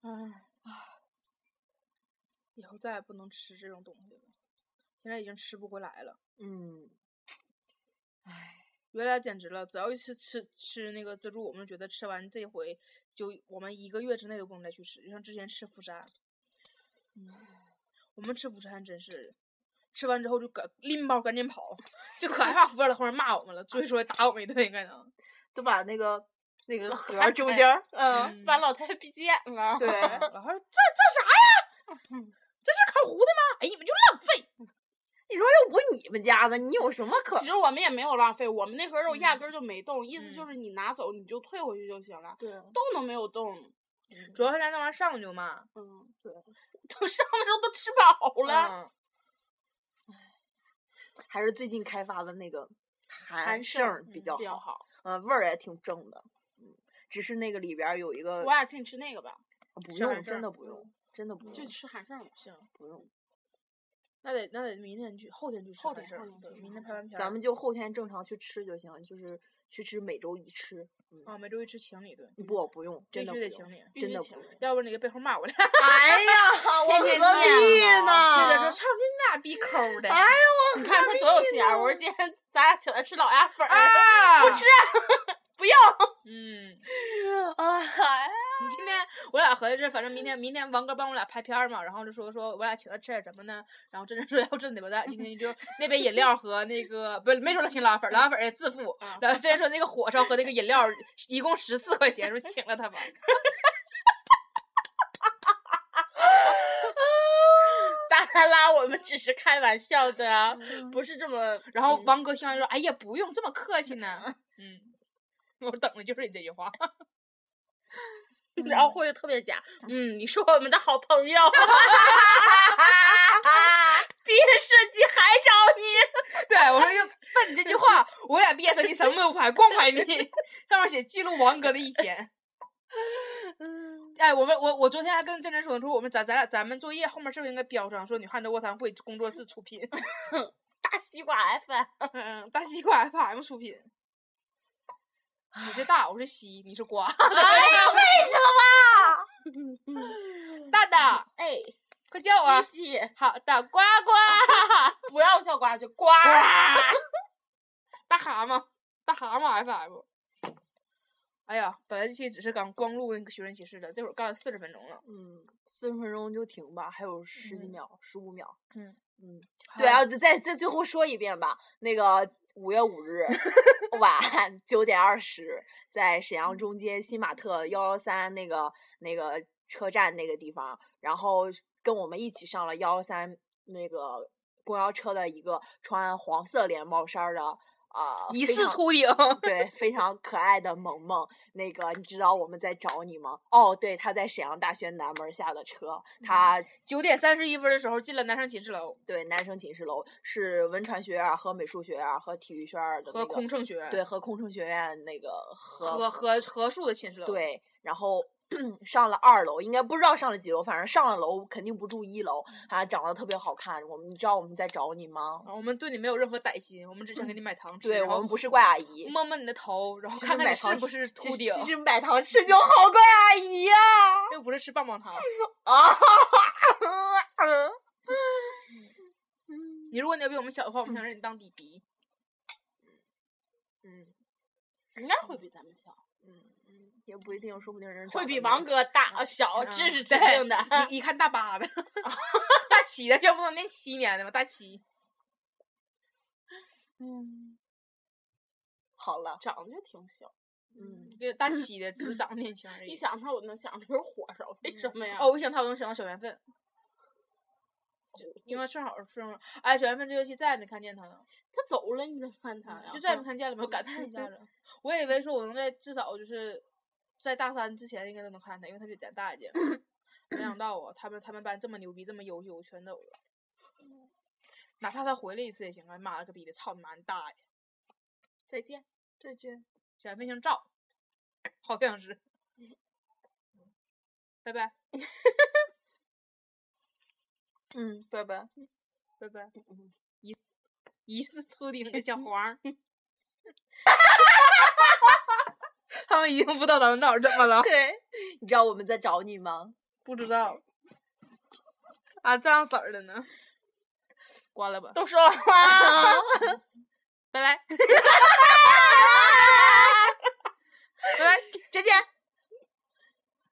唉，以后再也不能吃这种东西了，现在已经吃不回来了。
嗯，唉，
原来简直了，只要一吃吃吃那个自助，我们就觉得吃完这回就我们一个月之内都不能再去吃，就像之前吃釜山，嗯我们吃釜山真是，吃完之后就赶拎包赶紧跑， 就可害怕服务员在后面骂我们了，追出来打我们一顿应 该能。
都把那个那个盒
还
儿中
在
间儿，
嗯
嗯，
把老太太逼急眼了。
对，
老汉说这这啥呀？ 这是烤糊的吗？哎，你们就浪费。
你说又不你们家的，你有什么 可
其实我们也没有浪费，我们那盒肉压根儿就没动，意思
嗯
就是你拿走你就退回去就行了，
对
动都没有动，
主要是那玩意儿上去就骂
嗯，对，都 上的时候都吃饱了，
嗯
还是最近开发的那个韩
韩式儿
盛比较
嗯比较
好，
好。
呃，味儿也挺正的，嗯，只是那个里边儿有一个
呃
我俩请你吃那个吧，
不
吃韩
用，真
盛
的不用，真的不用，
就吃韩盛吧。
嗯行，
不用，
那得那得明天去，后天去吃
后
完
天
事儿
后天
对
去
明
吃
天拍完片儿，
咱们就后天正常去吃就行，就是去吃每周一吃，嗯，
啊每周一吃请你一顿，
不不用，真
必
的
须
不
得
用，
请你，。
必
真
须
的
请
不用
要不你个背后骂我俩，
哎呀，我
天
何
天
必
见
呢？
啊哦这个说操你俩逼抠的，
哎
你看他多有心眼儿，我说今天咱俩请他吃老鸭粉儿，
啊
不吃，不要。
嗯。
哎，
你今天我俩合计是，反正明天明天王哥帮我俩拍片儿嘛，然后就说说我俩请他吃点什么呢？然后真真说要真的吧，咱俩今天就那杯饮料和那个不是没说请拉粉儿，拉粉儿也自付
啊。
然后真真说那个火烧和那个饮料一共十四块钱，说请了 他吧。
当然啦，我们只是开玩笑的啊，不是这么。
然后王哥听完就说：“哎呀，不用这么客气呢。”嗯，我等的就是你这句话。
然后慧慧特别假，嗯，你是我们的好朋 友，毕业设计还找你。
对我说就问你这句话，我俩毕业设计什么都不拍，光拍你， 上面写记录王哥的一天。哎，我们我我昨天还跟郑真说，说我们咱咱俩咱们作业后面是不是应该标上说女汉子卧谈会工作室出品，
大西瓜 FM，
嗯，大西瓜 FM 出品。你是大，我是西，你是瓜，
哎
大大，
哎，
快叫啊！
西西，
好的，呱呱，
不要叫瓜，就瓜。
大蛤蟆，大蛤蟆 FM。哎呀，本来这期只是刚光录那个寻人启事的，这会儿干了四十分钟了。
嗯，四十分钟就停吧，还有十几秒、十五秒。
嗯
嗯，对
好
啊，再再最后说一遍吧。那个五月 五日晚九点二十，在沈
嗯
阳中街新玛特幺幺三那个那个车站那个地方，然后跟我们一起上了幺幺三那个公交车的一个穿黄色连帽衫儿的啊，呃
疑
非
似
常
秃顶，
对，非常可爱的萌萌，那个你知道我们在找你吗？哦，对，他在沈阳大学南门下的车，
嗯
他
九点三十一分的时候进了南山寝室楼
对男生寝室楼是文传学院和美术学院和体育学院的、那个、
和空乘学院，
对和空乘学院那个和
和和和树的寝室楼，，
对，然后 上了二楼，应该不知道上了几楼，反正上了楼肯定不住一楼，
嗯
啊，长得特别好看，我们你知道我们在找你吗？
我们对你没有任何歹心，我们只想给你买糖吃，
嗯对
然
我
后
们不是怪阿姨，
摸摸你的头，然后
其实
看看
买
你
糖
是不是
其
秃
实
顶，
其实买糖吃就好，怪阿姨啊 呀、
又不是吃棒棒糖。
啊！
你如果你要比我们小的话，我们想让你当弟弟。
嗯
应该会比咱们小，
嗯嗯，也不一定，说不定人
会
长
比
得
王
美
哥大小，
嗯
这是指
对
定的。
你一看大八的，大七的，要不能念七年的吗？大七，
嗯，好了，
长得就挺小，
嗯，
对大七的，只是长得年轻而已
一。想他我能想就是火烧，为什么呀？
哦，，我一想他，我能想到小缘分，就因为正好是吗？哎，小缘分这学期再也没看见他了，
他走了，你怎么看他呀？嗯
就再也没看见了，没有感叹一下子。我以为说我能在至少就是在大三之前应该都能看他，因为他比咱大一届嘛。没想到啊，他们他们班这么牛逼，这么优秀，全走了。哪怕他回来一次也行啊！妈了个逼的，操你妈你大爷！
再见。
这句
小飞姓赵，好像是。拜拜，
嗯，拜拜。
拜拜。疑疑似秃顶的小黄儿， 他们已经不知道咱们到底怎么了，
对，你知道我们在找你吗？
不知道。啊，这样色儿的呢？ 关了吧，
都说完了，
拜拜。